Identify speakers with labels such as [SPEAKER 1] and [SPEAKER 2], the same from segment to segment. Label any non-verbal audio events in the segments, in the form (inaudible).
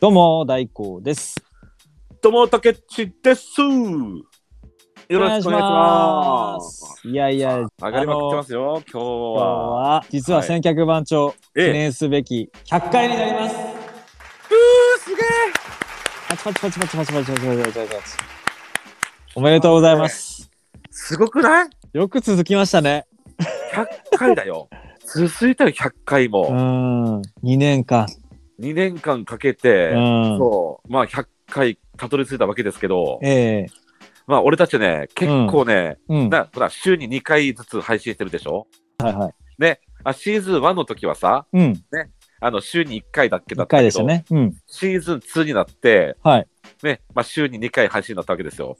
[SPEAKER 1] どうも大光です。
[SPEAKER 2] どうも、たけっちです。よろしくお願いします。
[SPEAKER 1] いやいや、今
[SPEAKER 2] 上がりまくってますよ、今日
[SPEAKER 1] 日
[SPEAKER 2] は。
[SPEAKER 1] は実は
[SPEAKER 2] はい
[SPEAKER 1] 千客番長、記
[SPEAKER 2] ええ、
[SPEAKER 1] 念すべき100回になります。
[SPEAKER 2] うーすげえ
[SPEAKER 1] パチパチパチパチパチパチパチパチパチパチ。おめでとうございます。
[SPEAKER 2] すごくない
[SPEAKER 1] よく続きましたね。
[SPEAKER 2] ?100 回だ
[SPEAKER 1] (laughs)
[SPEAKER 2] よ。続いたよ、100回
[SPEAKER 1] う
[SPEAKER 2] も。
[SPEAKER 1] ん、2年間。
[SPEAKER 2] 2年間かけ
[SPEAKER 1] う
[SPEAKER 2] て、
[SPEAKER 1] ん。
[SPEAKER 2] そう、まあ100回たどり着いたわけですけど、
[SPEAKER 1] ええ
[SPEAKER 2] まあ俺たちね、結構ね、
[SPEAKER 1] うん。は
[SPEAKER 2] なほら、週に2回ずつ配信してるでしょ
[SPEAKER 1] いはい。
[SPEAKER 2] あシーズン1の時はさ、
[SPEAKER 1] うん。
[SPEAKER 2] あの、週に1回だけだ
[SPEAKER 1] 1
[SPEAKER 2] った
[SPEAKER 1] 回
[SPEAKER 2] け
[SPEAKER 1] でした
[SPEAKER 2] ど、
[SPEAKER 1] ね。うん。
[SPEAKER 2] シーズン2になって、
[SPEAKER 1] はい。
[SPEAKER 2] ね、まあ、週に2回配信になったわけですよ。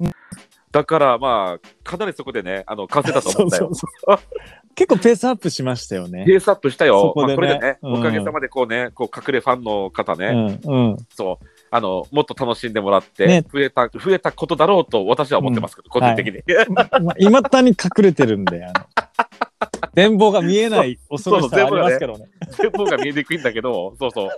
[SPEAKER 2] だから、まあ、かなりそこでね、あの、完成だと思ったよ。
[SPEAKER 1] そうそうそう (laughs) 結構ペースアップしましたよね。
[SPEAKER 2] ペースアップした
[SPEAKER 1] そ
[SPEAKER 2] よ。
[SPEAKER 1] こ
[SPEAKER 2] ま
[SPEAKER 1] でね
[SPEAKER 2] あ、これでね、
[SPEAKER 1] うん
[SPEAKER 2] おかげさまでこうね、こう隠れファンの方ね、
[SPEAKER 1] うん。うん。
[SPEAKER 2] そう、あの、もっと楽しんでもらって、
[SPEAKER 1] ね
[SPEAKER 2] 増えた、増えたことだろうと私は思ってますけど、個人的に。
[SPEAKER 1] いまだに隠れてるんで、あの、全貌が見えない恐ろしさはありますけどね。
[SPEAKER 2] (laughs) 全貌が見えにくいんだけど、そうそう。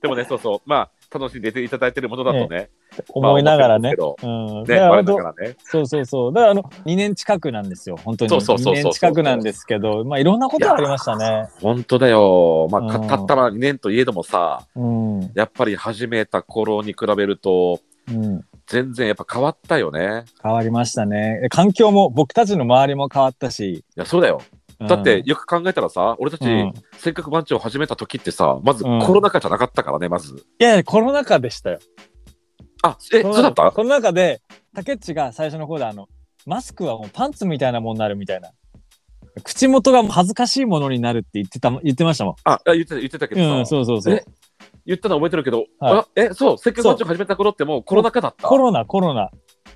[SPEAKER 2] でもね、そうそう、まあ、楽しんでいただいてるものだとね、
[SPEAKER 1] 思いながらね。
[SPEAKER 2] まあ思
[SPEAKER 1] うん、
[SPEAKER 2] って
[SPEAKER 1] だ
[SPEAKER 2] ね、
[SPEAKER 1] から
[SPEAKER 2] 我
[SPEAKER 1] 本
[SPEAKER 2] な
[SPEAKER 1] 当
[SPEAKER 2] がらね。
[SPEAKER 1] そうそうそう。だからあの、2年近くなんですよ。本当に。
[SPEAKER 2] そうそうそうそう
[SPEAKER 1] 2年近くなんですけど、まあいろんなことがありましたね。
[SPEAKER 2] 本当だよ。まあ、
[SPEAKER 1] うん
[SPEAKER 2] たったま2年といえどもさ、
[SPEAKER 1] うん。う
[SPEAKER 2] やっぱり始めた頃に比べると、
[SPEAKER 1] ん。
[SPEAKER 2] 全然やっぱ変わったよね。
[SPEAKER 1] 変わりましたね。環境も、僕たちの周りも変わったし。
[SPEAKER 2] いや、そうだよ。
[SPEAKER 1] うん
[SPEAKER 2] だって、よく考えたらさ、俺たち
[SPEAKER 1] うん、
[SPEAKER 2] せっかく番長を始めた時ってさ、まず
[SPEAKER 1] うん
[SPEAKER 2] コロナ禍じゃなかったからね、まず。
[SPEAKER 1] いやいや、コロナ禍でしたよ。
[SPEAKER 2] あ、え、そうだった
[SPEAKER 1] コロナ禍で、竹内が最初の方であの、マスクはもうパンツみたいなものになるみたいな。口元がもう恥ずかしいものになるって言ってたも、言ってましたもん。
[SPEAKER 2] あ、あ言ってた、言ってたけ
[SPEAKER 1] う
[SPEAKER 2] ど
[SPEAKER 1] ん、
[SPEAKER 2] さ、
[SPEAKER 1] そうそうそう
[SPEAKER 2] え。言ったの覚えてるけど、
[SPEAKER 1] はい
[SPEAKER 2] あえ、そう、せっかく番長始めた頃ってもうコロナ禍だった
[SPEAKER 1] コ。ロナ、コロナ。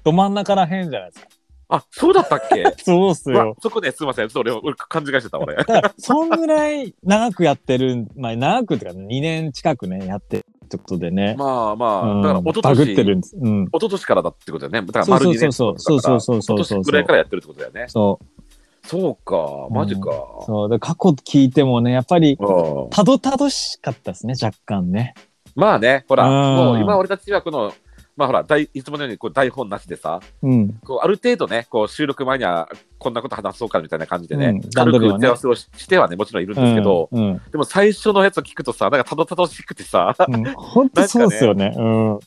[SPEAKER 1] ど真ん中らへんじゃないですか。
[SPEAKER 2] あ、そうだったっけ
[SPEAKER 1] (laughs) そうっす
[SPEAKER 2] うわ
[SPEAKER 1] よ。
[SPEAKER 2] そこね、すみません、それを俺勘違いしてた、
[SPEAKER 1] (laughs)
[SPEAKER 2] 俺。
[SPEAKER 1] だから、そんぐらい長くやってる、まあ、長くっていうか、2年近くね、やってるってことでね。
[SPEAKER 2] まあま
[SPEAKER 1] う
[SPEAKER 2] あ、
[SPEAKER 1] ん
[SPEAKER 2] だから、おと
[SPEAKER 1] バ
[SPEAKER 2] と
[SPEAKER 1] グ
[SPEAKER 2] し、
[SPEAKER 1] ってるんです。うん。
[SPEAKER 2] 一昨年からだってことだよね。だから、
[SPEAKER 1] そう
[SPEAKER 2] 丸
[SPEAKER 1] そ
[SPEAKER 2] 2
[SPEAKER 1] う
[SPEAKER 2] 年
[SPEAKER 1] そうそう。そうそうそうそ
[SPEAKER 2] 一昨
[SPEAKER 1] うそ
[SPEAKER 2] 年ぐらいうか。らやってるってことだよね。
[SPEAKER 1] そう。
[SPEAKER 2] そうか、マジか。
[SPEAKER 1] そう。で過去聞いてもね、やっぱり、
[SPEAKER 2] うん
[SPEAKER 1] たどたどしかったですね、若干ね。
[SPEAKER 2] まあね、ほ
[SPEAKER 1] う
[SPEAKER 2] ら、
[SPEAKER 1] ん
[SPEAKER 2] もう今俺たちはこの、まあほら、大いつものようにこう台本なしでさ、
[SPEAKER 1] うん。
[SPEAKER 2] こうある程度ね、こう収録前にはこんなこと話そうかみたいな感じでね、
[SPEAKER 1] うん段
[SPEAKER 2] 軽
[SPEAKER 1] 取り
[SPEAKER 2] く
[SPEAKER 1] をね
[SPEAKER 2] 打ち合わせをししてはね、もちろんいるんですけど、
[SPEAKER 1] うん。うん
[SPEAKER 2] でも最初のやつを聞くとさ、なんかたどたどしくてさ、
[SPEAKER 1] うん本当そうですよね。うん。
[SPEAKER 2] うん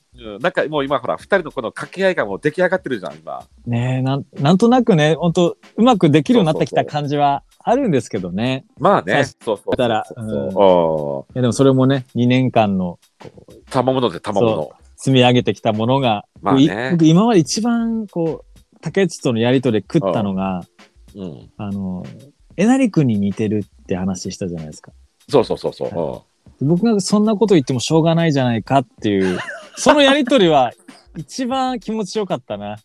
[SPEAKER 2] なんかもう今ほら、二人のこの掛け合いがもう出来上がってるじゃん、今。
[SPEAKER 1] ねえ、なん、なんとなくね、本当うまくできるようになってきた感じはあるんですけどね。
[SPEAKER 2] まあね、
[SPEAKER 1] そ
[SPEAKER 2] そうそうそうそう。
[SPEAKER 1] だから
[SPEAKER 2] うん
[SPEAKER 1] いやでもそれもね、2年間の
[SPEAKER 2] 賜物で賜物。
[SPEAKER 1] 積み上げてきたものが、
[SPEAKER 2] まあ
[SPEAKER 1] 僕い
[SPEAKER 2] ね。
[SPEAKER 1] 僕今まで一番こう、竹内とのやりとりで食ったのが、
[SPEAKER 2] うん。
[SPEAKER 1] あの、えなりくんに似てるって話したじゃないですか。
[SPEAKER 2] そうそうそうそう。うん
[SPEAKER 1] 僕がそんなこと言ってもしょうがないじゃないかっていう、そのやりとりは一番気持ちよかった (laughs) な。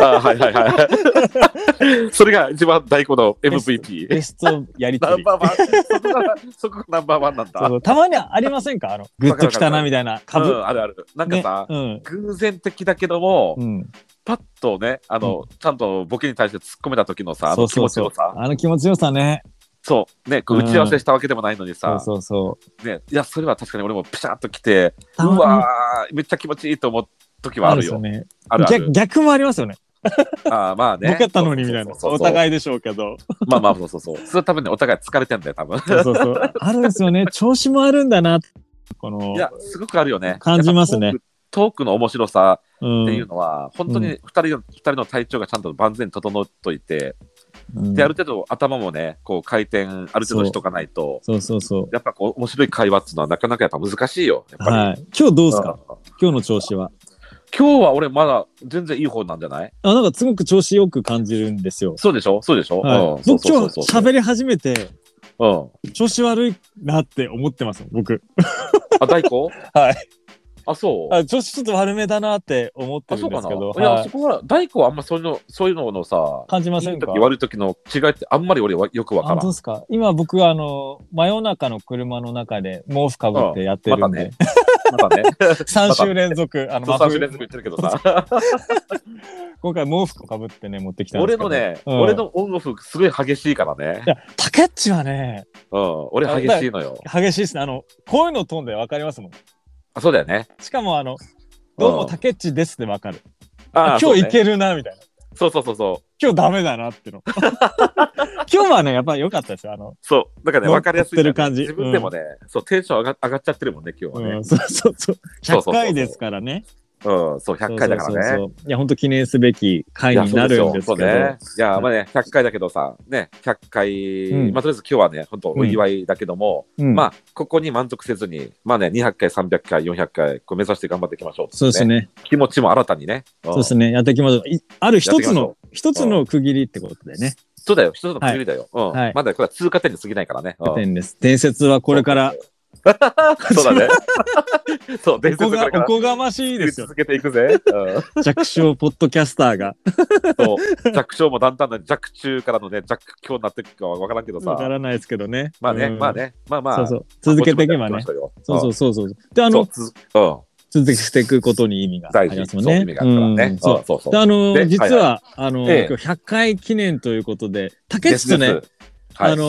[SPEAKER 2] あはいはいはい。 (laughs) それが一番大根の MVP。
[SPEAKER 1] ベストやり
[SPEAKER 2] ナ
[SPEAKER 1] と
[SPEAKER 2] ン
[SPEAKER 1] り。
[SPEAKER 2] バーワン。そこが、そこがナンバーワンなん
[SPEAKER 1] そう
[SPEAKER 2] だ
[SPEAKER 1] そ。うたまにはありませんかあの、グッときたなみたいな
[SPEAKER 2] う
[SPEAKER 1] 株。
[SPEAKER 2] ん、あるある。なんかさ、
[SPEAKER 1] ね、うん。
[SPEAKER 2] 偶然的だけども、
[SPEAKER 1] うん、
[SPEAKER 2] パッとね、あの、ちゃんとボケに対して突っ込めた時のさ、あの気持ちをさ、
[SPEAKER 1] あの気持ちよさね。
[SPEAKER 2] そう、ね、こう
[SPEAKER 1] うん
[SPEAKER 2] 打ち合わせしたわけでもないのに
[SPEAKER 1] そ
[SPEAKER 2] さ
[SPEAKER 1] う、そうそ
[SPEAKER 2] ね、いや、それは確かに俺もピシャッと来て、
[SPEAKER 1] う。
[SPEAKER 2] う
[SPEAKER 1] たまに
[SPEAKER 2] わー、めっちゃ気持ちいいと思う時はある
[SPEAKER 1] です
[SPEAKER 2] よ。
[SPEAKER 1] ね、
[SPEAKER 2] あるあ
[SPEAKER 1] 逆
[SPEAKER 2] る。
[SPEAKER 1] 逆もありますよね。
[SPEAKER 2] あーまあね。
[SPEAKER 1] ボケたのにみたいな。お
[SPEAKER 2] い。
[SPEAKER 1] 互いでしょうけど。
[SPEAKER 2] まあまあ、そうそうそう。それ多分ね、お互い疲れてんだよ、多分。
[SPEAKER 1] そうそうそう。あるんですよね。調子もあるんだな。この
[SPEAKER 2] い、や、すごくあるよね。
[SPEAKER 1] 感じますね
[SPEAKER 2] やっぱトーク。トークの面白さ
[SPEAKER 1] うん
[SPEAKER 2] っていうのは、本当に二人の、二人の体調がちゃんと万全に整っといて、
[SPEAKER 1] うん
[SPEAKER 2] で、ある程度頭もね、こう回転、ある程度しとかないと、
[SPEAKER 1] そうそうそう。
[SPEAKER 2] やっぱこう、面白い会話っていうのはなかなかやっぱ難しいよ。やっぱり。
[SPEAKER 1] はい。今日どうです
[SPEAKER 2] う
[SPEAKER 1] か
[SPEAKER 2] ん
[SPEAKER 1] 今日の調子は。
[SPEAKER 2] 今日は俺まだ全然いい方なんじゃない
[SPEAKER 1] あ、なんかすごく調子よく感じるんですよ。
[SPEAKER 2] そうでしょそうでしょ、
[SPEAKER 1] は
[SPEAKER 2] うん
[SPEAKER 1] い。僕
[SPEAKER 2] そうそ
[SPEAKER 1] 今
[SPEAKER 2] う
[SPEAKER 1] 日
[SPEAKER 2] そうそう
[SPEAKER 1] 喋り始めて、
[SPEAKER 2] うん。
[SPEAKER 1] 調子悪いなって思ってます、僕。
[SPEAKER 2] あ、大根。
[SPEAKER 1] (laughs) はい
[SPEAKER 2] あ、そうあ
[SPEAKER 1] あ、調子ちょっと悪めだなって思ってる
[SPEAKER 2] そ
[SPEAKER 1] ん
[SPEAKER 2] う
[SPEAKER 1] で
[SPEAKER 2] か
[SPEAKER 1] すけ
[SPEAKER 2] な
[SPEAKER 1] ど、
[SPEAKER 2] いや、
[SPEAKER 1] はい
[SPEAKER 2] そこは、大根はあんまそういうの、そういうののさ、
[SPEAKER 1] 感じませ
[SPEAKER 2] い
[SPEAKER 1] ん
[SPEAKER 2] い
[SPEAKER 1] か
[SPEAKER 2] 時悪い時の違いってあんまり俺はよくわから
[SPEAKER 1] あ、
[SPEAKER 2] ん
[SPEAKER 1] どう。ですか今僕はあの、真夜中の車の中で毛布かぶってやってるん (laughs) で、
[SPEAKER 2] まだね。
[SPEAKER 1] (laughs) 3週連続、あの、
[SPEAKER 2] そう
[SPEAKER 1] 真
[SPEAKER 2] 3
[SPEAKER 1] 冬
[SPEAKER 2] 週連続言ってるけどさ。
[SPEAKER 1] 今回毛布をかぶってね、持ってきたんです
[SPEAKER 2] 俺
[SPEAKER 1] けど。
[SPEAKER 2] のね、
[SPEAKER 1] うん
[SPEAKER 2] 俺のオンオフすごい激しいからね
[SPEAKER 1] い。や、タケッチはね、
[SPEAKER 2] うん、俺激しいのよ。
[SPEAKER 1] 激しいですね。あの、声のトーンでわかりますもん。
[SPEAKER 2] あそうだよね。
[SPEAKER 1] しかもあの、どうも
[SPEAKER 2] うん
[SPEAKER 1] タケッチですでわかる。
[SPEAKER 2] あ
[SPEAKER 1] あ
[SPEAKER 2] ー
[SPEAKER 1] 今日
[SPEAKER 2] そう
[SPEAKER 1] い
[SPEAKER 2] ね
[SPEAKER 1] けるな、みたいな。
[SPEAKER 2] そうそうそうそう。
[SPEAKER 1] 今日ダメだなって
[SPEAKER 2] (laughs)
[SPEAKER 1] の。今日はね、やっぱり良かったですよ。あの、
[SPEAKER 2] そう。だからね、
[SPEAKER 1] 乗っ
[SPEAKER 2] 分かりやすいじゃん。
[SPEAKER 1] 乗ってる感じ
[SPEAKER 2] 自分でもね、そう、テンション上が上がっちゃってるもんね、今日は
[SPEAKER 1] う
[SPEAKER 2] ね
[SPEAKER 1] ん、。そうそうそう。
[SPEAKER 2] そうそうそう
[SPEAKER 1] 100回ですからね。
[SPEAKER 2] うん、そう、100回だから
[SPEAKER 1] そうそ
[SPEAKER 2] ね。
[SPEAKER 1] うそうそういや、本当記念すべき
[SPEAKER 2] い
[SPEAKER 1] 回
[SPEAKER 2] や
[SPEAKER 1] に
[SPEAKER 2] そ
[SPEAKER 1] な
[SPEAKER 2] う
[SPEAKER 1] るん
[SPEAKER 2] よ
[SPEAKER 1] です
[SPEAKER 2] そ
[SPEAKER 1] け
[SPEAKER 2] う
[SPEAKER 1] ど。
[SPEAKER 2] ね。いや、まあね、100回だけどさ、ね、100回、
[SPEAKER 1] うん
[SPEAKER 2] まあとりあえず今日はね、本当お祝いだけども、
[SPEAKER 1] うん
[SPEAKER 2] まあ、ここに満足せずに、まあね、200回、300回、400回、こう目指して頑張っていきましょう、
[SPEAKER 1] そうです。ね。
[SPEAKER 2] 気持ちも新たにね。そ
[SPEAKER 1] そうですね。やっていきましょう。いある一つ
[SPEAKER 2] やっ
[SPEAKER 1] の、一つの区切りってことでね。
[SPEAKER 2] そうだよ、一つの区切りだよ。うん
[SPEAKER 1] はい
[SPEAKER 2] まだこれは通過点に過ぎないからね。うん
[SPEAKER 1] 点です。伝説はこれから、
[SPEAKER 2] そうだね。そう、伝
[SPEAKER 1] おこ
[SPEAKER 2] 説か
[SPEAKER 1] が
[SPEAKER 2] らか
[SPEAKER 1] お
[SPEAKER 2] ら
[SPEAKER 1] こがましいですよ。
[SPEAKER 2] (laughs) 続けていくぜ。うん
[SPEAKER 1] 弱小ポッドキャスターが。
[SPEAKER 2] そう弱小もだんだんな弱中からのね、弱強になっていくかは分からんけど
[SPEAKER 1] わか
[SPEAKER 2] さ。
[SPEAKER 1] らないですけどね。
[SPEAKER 2] まあね、
[SPEAKER 1] うん
[SPEAKER 2] まあ。ね、まあまあ。
[SPEAKER 1] そうそう。続けていけば
[SPEAKER 2] ぼ
[SPEAKER 1] ね
[SPEAKER 2] ち。ぼちやっていきましょ
[SPEAKER 1] そう
[SPEAKER 2] よ
[SPEAKER 1] そうそうそう。で、あ
[SPEAKER 2] そう
[SPEAKER 1] の、
[SPEAKER 2] つうん、
[SPEAKER 1] 続けていくことに意味があ
[SPEAKER 2] 大
[SPEAKER 1] り
[SPEAKER 2] 事、
[SPEAKER 1] ます
[SPEAKER 2] そ
[SPEAKER 1] も
[SPEAKER 2] うん意
[SPEAKER 1] ね。
[SPEAKER 2] 味があるからね。
[SPEAKER 1] うん
[SPEAKER 2] そ
[SPEAKER 1] そう
[SPEAKER 2] そうそう
[SPEAKER 1] で、あの
[SPEAKER 2] で
[SPEAKER 1] 実は、あの、
[SPEAKER 2] ええ
[SPEAKER 1] 今日100回記念ということで、竹内とね、
[SPEAKER 2] ですですはい、
[SPEAKER 1] あの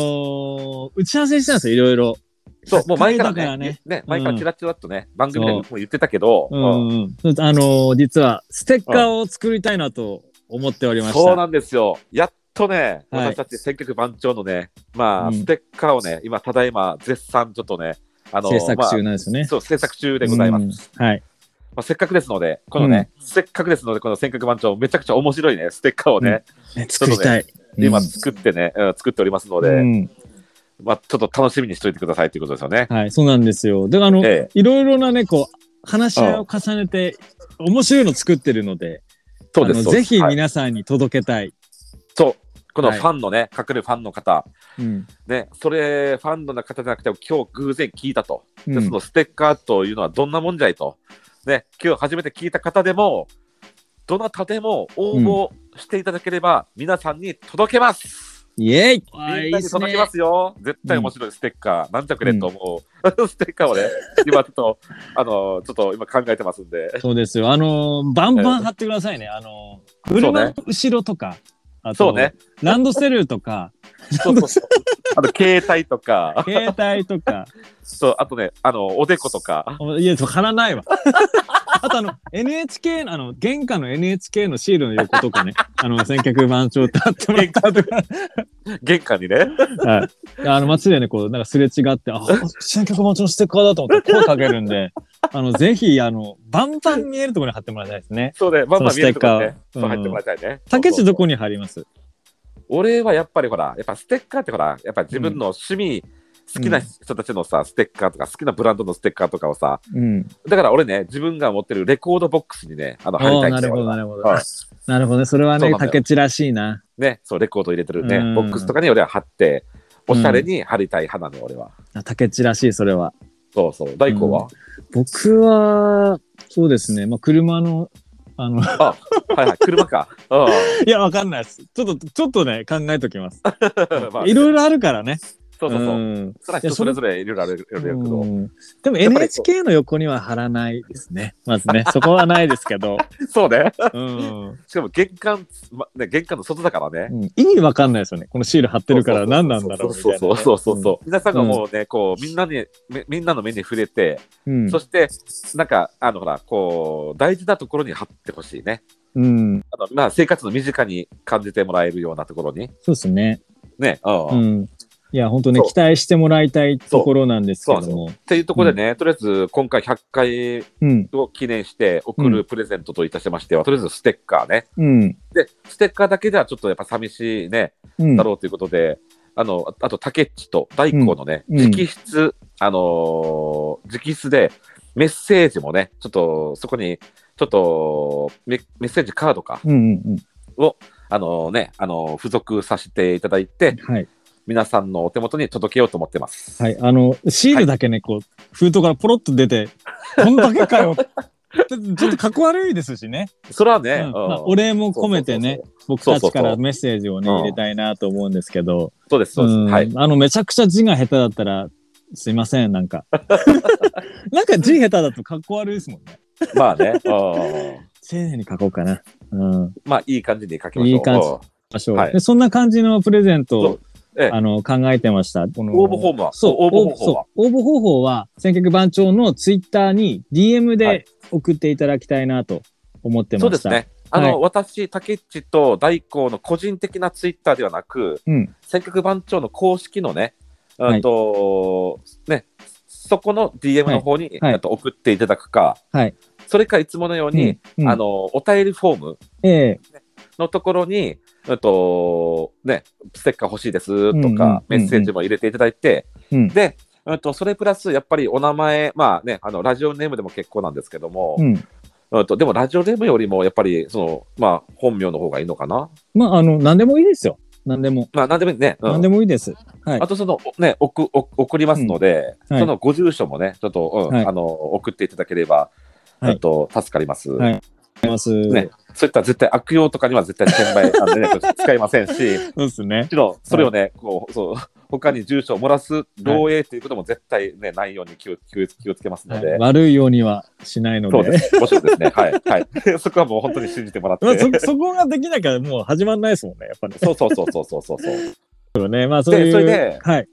[SPEAKER 1] ー打ち合わせしたんですよ、いろいろ。
[SPEAKER 2] そう、もう前から
[SPEAKER 1] 100回だから
[SPEAKER 2] ね、ね
[SPEAKER 1] ね
[SPEAKER 2] 前からちらちらっとね、番組で
[SPEAKER 1] そう
[SPEAKER 2] も言ってたけど、
[SPEAKER 1] う
[SPEAKER 2] うん
[SPEAKER 1] んうん。あのー実は、ステッカーを作りたいなと思っておりました。
[SPEAKER 2] そうなんですよ。やっとね、
[SPEAKER 1] はい
[SPEAKER 2] 私たち選挙区番長のね、まあ、
[SPEAKER 1] うん
[SPEAKER 2] ステッカーをね、今、ただいま、絶賛ちょっとね、あの、
[SPEAKER 1] 制作中
[SPEAKER 2] ま
[SPEAKER 1] なんですよ
[SPEAKER 2] あ、
[SPEAKER 1] ね。
[SPEAKER 2] そう、制作中でございます。ま
[SPEAKER 1] うんはい。
[SPEAKER 2] あ、せっかくですので、このね、せっかくですので、この選挙区番長、めちゃくちゃ面白いね、ステッカーをね、
[SPEAKER 1] ね作りたい。
[SPEAKER 2] 今作ってね、うん作っておりますの
[SPEAKER 1] う
[SPEAKER 2] で、
[SPEAKER 1] ん、
[SPEAKER 2] まあ、ちょっと楽しみにしておいてくださいということですよね。
[SPEAKER 1] はい、そうなんですよ。で、あの、
[SPEAKER 2] ええ、
[SPEAKER 1] いろいろなね、こう、話し合いを重ねて、面白いの作ってるので、
[SPEAKER 2] そうで
[SPEAKER 1] あ
[SPEAKER 2] す。
[SPEAKER 1] の
[SPEAKER 2] そうで
[SPEAKER 1] ぜ
[SPEAKER 2] す
[SPEAKER 1] ひ
[SPEAKER 2] はい
[SPEAKER 1] 皆さんに届けたい。
[SPEAKER 2] そう。この
[SPEAKER 1] はい
[SPEAKER 2] ファンのね、隠れるファンの方、
[SPEAKER 1] うん。
[SPEAKER 2] ね、それ、ファンの方じゃなくて、今日偶然聞いたと。
[SPEAKER 1] う
[SPEAKER 2] で、そ
[SPEAKER 1] ん
[SPEAKER 2] のステッカーというのはどんなもんじゃいと。ね、今日初めて聞いた方でも、どなたでも応募していただければ、皆さんに届けます。
[SPEAKER 1] イエイ
[SPEAKER 2] みんなに届けますよ。絶対面白いステッカー、なんじゃくれと思う、 (laughs) ステッカーをね、今ちょっと、あの、ちょっと今考えてますんで。
[SPEAKER 1] そうですよ。あのーバンバン貼ってくださいね。あのー車の後ろとか、あと
[SPEAKER 2] そうね。
[SPEAKER 1] ランドセルとか、
[SPEAKER 2] そうそうそう。あと、携帯とか、
[SPEAKER 1] 携帯と
[SPEAKER 2] (laughs)
[SPEAKER 1] か、
[SPEAKER 2] そう、あとね、あの、おでことか。
[SPEAKER 1] いや、そう貼らないわ。 (laughs) あとあの、NHK の、あの、玄関の NHK のシールの横とかね、あの、先客番長って貼ってもらった
[SPEAKER 2] (laughs)
[SPEAKER 1] とか、
[SPEAKER 2] 玄関にね。
[SPEAKER 1] はい。あの、街でね、こう、なんかすれ違って、あ、先客番長のステッカーだと思って声かけるんで、あの、ぜひ、あの、バンバン見えるところに貼ってもらいたいですね。
[SPEAKER 2] そうね、まあまあ
[SPEAKER 1] その
[SPEAKER 2] 見えるところにね。
[SPEAKER 1] ステ
[SPEAKER 2] そ
[SPEAKER 1] ッ
[SPEAKER 2] う
[SPEAKER 1] カー
[SPEAKER 2] 入ってもらいたいね。
[SPEAKER 1] 竹
[SPEAKER 2] そう
[SPEAKER 1] 内
[SPEAKER 2] そう
[SPEAKER 1] どこに貼ります
[SPEAKER 2] 俺はやっぱりほら、やっぱステッカーってほら、やっぱ自分の趣味、好きな人たちのさ、ステッカーとか、好きなブランドのステッカーとかをさ、
[SPEAKER 1] うん。
[SPEAKER 2] だから俺ね、自分が持ってるレコードボックスにね、あの、貼り
[SPEAKER 1] お
[SPEAKER 2] た
[SPEAKER 1] ー
[SPEAKER 2] いん
[SPEAKER 1] な
[SPEAKER 2] です
[SPEAKER 1] る
[SPEAKER 2] よ
[SPEAKER 1] ほど、
[SPEAKER 2] 俺は
[SPEAKER 1] なるほど。
[SPEAKER 2] はい
[SPEAKER 1] なるほどね。それは
[SPEAKER 2] そう
[SPEAKER 1] ね
[SPEAKER 2] な、んだよ
[SPEAKER 1] 竹内らしいな。
[SPEAKER 2] (laughs) ね、そう、レコード入れてるね、
[SPEAKER 1] うん
[SPEAKER 2] ボックスとかに俺は貼って、おしゃれに貼りたい派なの、俺は。
[SPEAKER 1] あ竹内らしい、それは。
[SPEAKER 2] そうそう。大光は、
[SPEAKER 1] 僕は、そうですね。まあ、車の、あの、
[SPEAKER 2] はいはい、車か。う
[SPEAKER 1] (laughs) いや、わかんないです。ちょっと、ちょっとね、考えときます。
[SPEAKER 2] ん。 (laughs) まあ
[SPEAKER 1] いろいろあるからね。
[SPEAKER 2] そうそうそう。
[SPEAKER 1] ん
[SPEAKER 2] それは人それぞれいろいろあるいろいろあるけど。
[SPEAKER 1] うんでも
[SPEAKER 2] やっぱりそう
[SPEAKER 1] NHK の横には貼らないですね。まずね、そこはないですけど。
[SPEAKER 2] そうね。
[SPEAKER 1] うんうん
[SPEAKER 2] しかも玄関、まね、玄関の外だからね。
[SPEAKER 1] 意味わかんないですよね。このシール貼ってるから何なんだろうみたい
[SPEAKER 2] そ
[SPEAKER 1] な
[SPEAKER 2] う
[SPEAKER 1] ね。
[SPEAKER 2] そうそうそうそう、皆さんがもうねこうみんなにみみんなの目に触れて、
[SPEAKER 1] うん。
[SPEAKER 2] そしてなんかあのほらこう大事なところに貼ってほしいね
[SPEAKER 1] うん。うん
[SPEAKER 2] あの、まあ、生活の身近に感じてもらえるようなところに
[SPEAKER 1] そうですね。
[SPEAKER 2] ね、うん
[SPEAKER 1] うん。いや、本当ね、
[SPEAKER 2] そう
[SPEAKER 1] 期待してもらいたいところなんですけど
[SPEAKER 2] そう
[SPEAKER 1] も
[SPEAKER 2] っ。ていうところでね、とりあえず今回100回
[SPEAKER 1] うん。
[SPEAKER 2] を記念して送るプレゼントといたしましては、とりあえずステッカーね
[SPEAKER 1] うん。
[SPEAKER 2] でステッカーだけではちょっとやっぱ寂しいね、
[SPEAKER 1] うん
[SPEAKER 2] だ。ろうということであのああと竹内と大光のね、
[SPEAKER 1] うんうん
[SPEAKER 2] 直筆あのー直筆でメッセージもねちょっとそこにちょっとメメッセージカードか
[SPEAKER 1] うんうん
[SPEAKER 2] あのーねあのー付属させていただいて
[SPEAKER 1] うん。はい。
[SPEAKER 2] 皆さんのお手元に届けようと思ってます
[SPEAKER 1] はい。あの、シールだけね、こう、封筒からポロッと出て、こんだけか
[SPEAKER 2] (laughs)
[SPEAKER 1] よ。ちょちょっとかっこ悪いですしね。
[SPEAKER 2] それは
[SPEAKER 1] う
[SPEAKER 2] ね、
[SPEAKER 1] ん。まあ、
[SPEAKER 2] うん
[SPEAKER 1] お礼も込めてね、僕たちか
[SPEAKER 2] そうそう
[SPEAKER 1] ら
[SPEAKER 2] そ
[SPEAKER 1] メッセージをね、
[SPEAKER 2] うん
[SPEAKER 1] 入れたいなと思うんですけど、
[SPEAKER 2] そうですそうです、
[SPEAKER 1] ん
[SPEAKER 2] はい
[SPEAKER 1] あの、めちゃくちゃ字が下手だったら、すいません、なん
[SPEAKER 2] (laughs)
[SPEAKER 1] か。なんか字下手だとかっこ悪いですもんね。
[SPEAKER 2] まあね、うん
[SPEAKER 1] 丁寧に書こうかな。うん。
[SPEAKER 2] まあいい感じに書きまし
[SPEAKER 1] い
[SPEAKER 2] ょう
[SPEAKER 1] い感じ
[SPEAKER 2] うん
[SPEAKER 1] ましょう
[SPEAKER 2] はい
[SPEAKER 1] でそんな感じのプレゼントを
[SPEAKER 2] ええ
[SPEAKER 1] あの、考えてました。この
[SPEAKER 2] 応募フォームは
[SPEAKER 1] そう、
[SPEAKER 2] 応募方法は
[SPEAKER 1] そう応募方法は、選曲番長のツイッターに DM
[SPEAKER 2] は
[SPEAKER 1] で
[SPEAKER 2] い
[SPEAKER 1] 送っていただきたいなと思ってまし
[SPEAKER 2] そう
[SPEAKER 1] た。
[SPEAKER 2] です。ね。あ
[SPEAKER 1] は
[SPEAKER 2] の、
[SPEAKER 1] い
[SPEAKER 2] 私、竹内と大光の個人的なツイッターではなく、
[SPEAKER 1] うん。
[SPEAKER 2] 選曲番長の公式のね、
[SPEAKER 1] はい
[SPEAKER 2] うんと、ね、そこの DM の方に、
[SPEAKER 1] はい
[SPEAKER 2] えっと送っていただくか、
[SPEAKER 1] はい
[SPEAKER 2] それかいつものように、
[SPEAKER 1] うん、
[SPEAKER 2] あ、の、お便りフォーム
[SPEAKER 1] え
[SPEAKER 2] のところに、うんと、ね、ステッカー欲しいです
[SPEAKER 1] うんう
[SPEAKER 2] と
[SPEAKER 1] ん
[SPEAKER 2] か、メッセージも入れていただいて、
[SPEAKER 1] えうん。
[SPEAKER 2] で、うんと、それプラス、やっぱりお名前、まあね、あの、ラジオネームでも結構なんですけども、
[SPEAKER 1] うん。
[SPEAKER 2] うんと、でもラジオネームよりも、やっぱり、その、まあ、本名の方がいいのかな。
[SPEAKER 1] まあ、あの、何でもいいですよ。何でも。
[SPEAKER 2] まあ、なんでもいいね。うん
[SPEAKER 1] 何でもいいです。はい
[SPEAKER 2] あ。と、その、おね、送、お送りますので、
[SPEAKER 1] うんはい
[SPEAKER 2] そのご住所もね、ちょっと、うん、
[SPEAKER 1] はい
[SPEAKER 2] あの、送っていただければ、
[SPEAKER 1] はい
[SPEAKER 2] えっと、助かります。
[SPEAKER 1] はいあります。
[SPEAKER 2] ね、そういった絶対悪用とかには絶対転売、あの
[SPEAKER 1] (laughs)
[SPEAKER 2] ね、使いませんし、も
[SPEAKER 1] そうですね。
[SPEAKER 2] ちろん、それをね、こう、そう、他に住所を漏らす漏洩ということも絶対ね、ないように気を気を気をつけますので、
[SPEAKER 1] 悪いようにはしないの
[SPEAKER 2] そう
[SPEAKER 1] で。
[SPEAKER 2] です。もちろんですね。はい。
[SPEAKER 1] (laughs)
[SPEAKER 2] はい。 (laughs) そこはもう本当に信じてもらっ
[SPEAKER 1] まあ、そ
[SPEAKER 2] て。
[SPEAKER 1] そこができなきゃもう始まんないですもんね、やっぱり、
[SPEAKER 2] そうそうそうそうそうそうそう。
[SPEAKER 1] そうね。まあ、そういう。
[SPEAKER 2] それで
[SPEAKER 1] はい。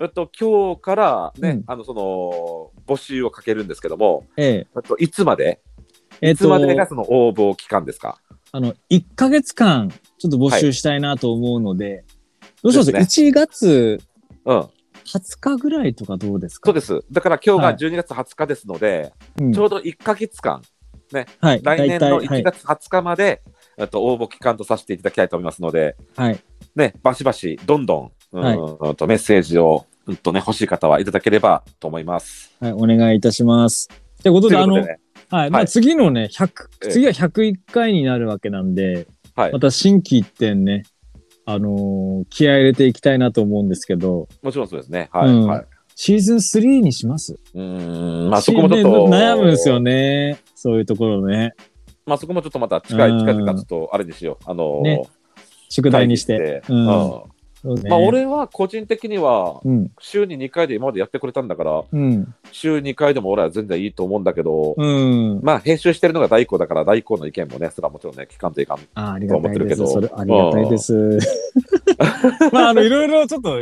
[SPEAKER 2] えっと、今日からね、
[SPEAKER 1] うん
[SPEAKER 2] あの、その、募集をかけるんですけども、
[SPEAKER 1] ええ
[SPEAKER 2] えっと、いつまで
[SPEAKER 1] えっ
[SPEAKER 2] いつ
[SPEAKER 1] と、
[SPEAKER 2] までがその応募期間ですか
[SPEAKER 1] あの、1ヶ月間、ちょっと募集したいなと思うので、どうします
[SPEAKER 2] で
[SPEAKER 1] ?1 月
[SPEAKER 2] うん。
[SPEAKER 1] 20日ぐらいとかどうですか
[SPEAKER 2] そうです。だから今日
[SPEAKER 1] はい
[SPEAKER 2] が12月20日ですので、
[SPEAKER 1] うん
[SPEAKER 2] ちょうど1ヶ月間、
[SPEAKER 1] はい。
[SPEAKER 2] 来年
[SPEAKER 1] 大
[SPEAKER 2] の
[SPEAKER 1] 体
[SPEAKER 2] 1月20日まで、えっと、応募期間とさせていただきたいと思いますので、
[SPEAKER 1] はい。はい。
[SPEAKER 2] ね、バシバシ、どんどん、うん、
[SPEAKER 1] はい
[SPEAKER 2] うんとメッセージを、うんとね、欲しい方はいただければと思います。
[SPEAKER 1] はい。お願いいたします。ってことで、
[SPEAKER 2] と
[SPEAKER 1] あ
[SPEAKER 2] いうこ
[SPEAKER 1] の、
[SPEAKER 2] とでね、
[SPEAKER 1] はい。ま
[SPEAKER 2] は
[SPEAKER 1] あ、
[SPEAKER 2] い
[SPEAKER 1] 次のね、100、
[SPEAKER 2] ええ
[SPEAKER 1] 次は101回になるわけなんで、
[SPEAKER 2] はい
[SPEAKER 1] また新規一点ね、あのー気合い入れていきたいなと思うんですけど、
[SPEAKER 2] もちろんそうですね。はい。
[SPEAKER 1] うん
[SPEAKER 2] はい、
[SPEAKER 1] シーズン3にします
[SPEAKER 2] うーん、まあそこもちょっと、
[SPEAKER 1] ね悩むんですよね。そういうところね。
[SPEAKER 2] まあそこもちょっとまた近い、
[SPEAKER 1] うん
[SPEAKER 2] 近々、ちょっとあれにしよう。あのー、
[SPEAKER 1] ね宿題にして。
[SPEAKER 2] 会議
[SPEAKER 1] うん
[SPEAKER 2] う
[SPEAKER 1] そうね
[SPEAKER 2] んまあ、俺は個人的には、
[SPEAKER 1] うん。
[SPEAKER 2] 週に2回で今までやってくれたんだから、
[SPEAKER 1] うん。
[SPEAKER 2] 週2回でも俺は全然いいと思うんだけど、
[SPEAKER 1] うん。
[SPEAKER 2] まあ編集してるのが大工だから大工の意見もね、それはもちろんね、聞かんといかん。
[SPEAKER 1] あありがたいです。
[SPEAKER 2] と
[SPEAKER 1] そ
[SPEAKER 2] 思ってるけど
[SPEAKER 1] れありがたいです。 (laughs) まあ、あの、いろいろちょっと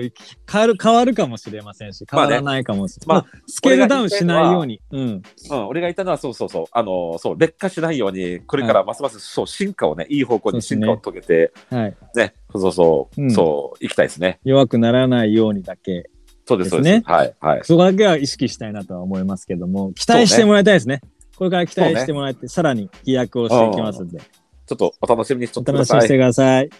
[SPEAKER 1] 変わる、変わるかもしれませんし、変
[SPEAKER 2] まあ
[SPEAKER 1] わ
[SPEAKER 2] ね
[SPEAKER 1] らないかもしれ
[SPEAKER 2] ま
[SPEAKER 1] ま
[SPEAKER 2] あ
[SPEAKER 1] あ、スケールダウンしないように。うん。
[SPEAKER 2] うん、俺が言ったのは、そうそうそう、あのそう、劣化しないように、これからますます、そう、進化をね、いい方向に進化を遂げて、
[SPEAKER 1] はい。
[SPEAKER 2] ね、そうそう、
[SPEAKER 1] うん
[SPEAKER 2] そう、行きたいですね。
[SPEAKER 1] 弱くならないようにだけ、
[SPEAKER 2] そうです、そう
[SPEAKER 1] で
[SPEAKER 2] ですす。はい、はい。
[SPEAKER 1] そこだけは意識したいなとは思いますけども、期待してもらいたいですね。これから期待してもらって、さらに飛躍をしていきますんで、
[SPEAKER 2] ちょっとお楽しみにしと
[SPEAKER 1] お
[SPEAKER 2] って
[SPEAKER 1] 楽
[SPEAKER 2] くだ
[SPEAKER 1] しみに
[SPEAKER 2] さ
[SPEAKER 1] して
[SPEAKER 2] い。
[SPEAKER 1] ください。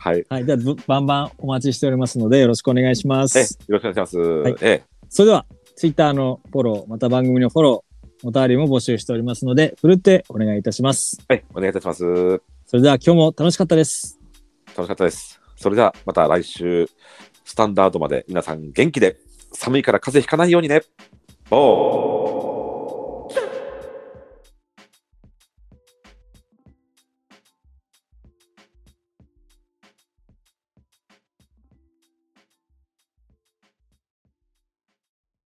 [SPEAKER 2] はい。
[SPEAKER 1] はい。では、ぶバンバンお待ちしておりますので、よろしくお願いしま
[SPEAKER 2] え、よ
[SPEAKER 1] す。
[SPEAKER 2] ろしくお願いします。
[SPEAKER 1] い
[SPEAKER 2] え、
[SPEAKER 1] それでは、ツイッターのフォロー、また番組のフォロー、お便りも募集しておりますので、ふるってお願いいたします。
[SPEAKER 2] はい、お願いいたします。楽
[SPEAKER 1] それでは今日も楽しかったです。
[SPEAKER 2] しかったです。それでは、また来週、スタンダードまで皆さん元気で、寒いから風邪ひかないようにね。おー。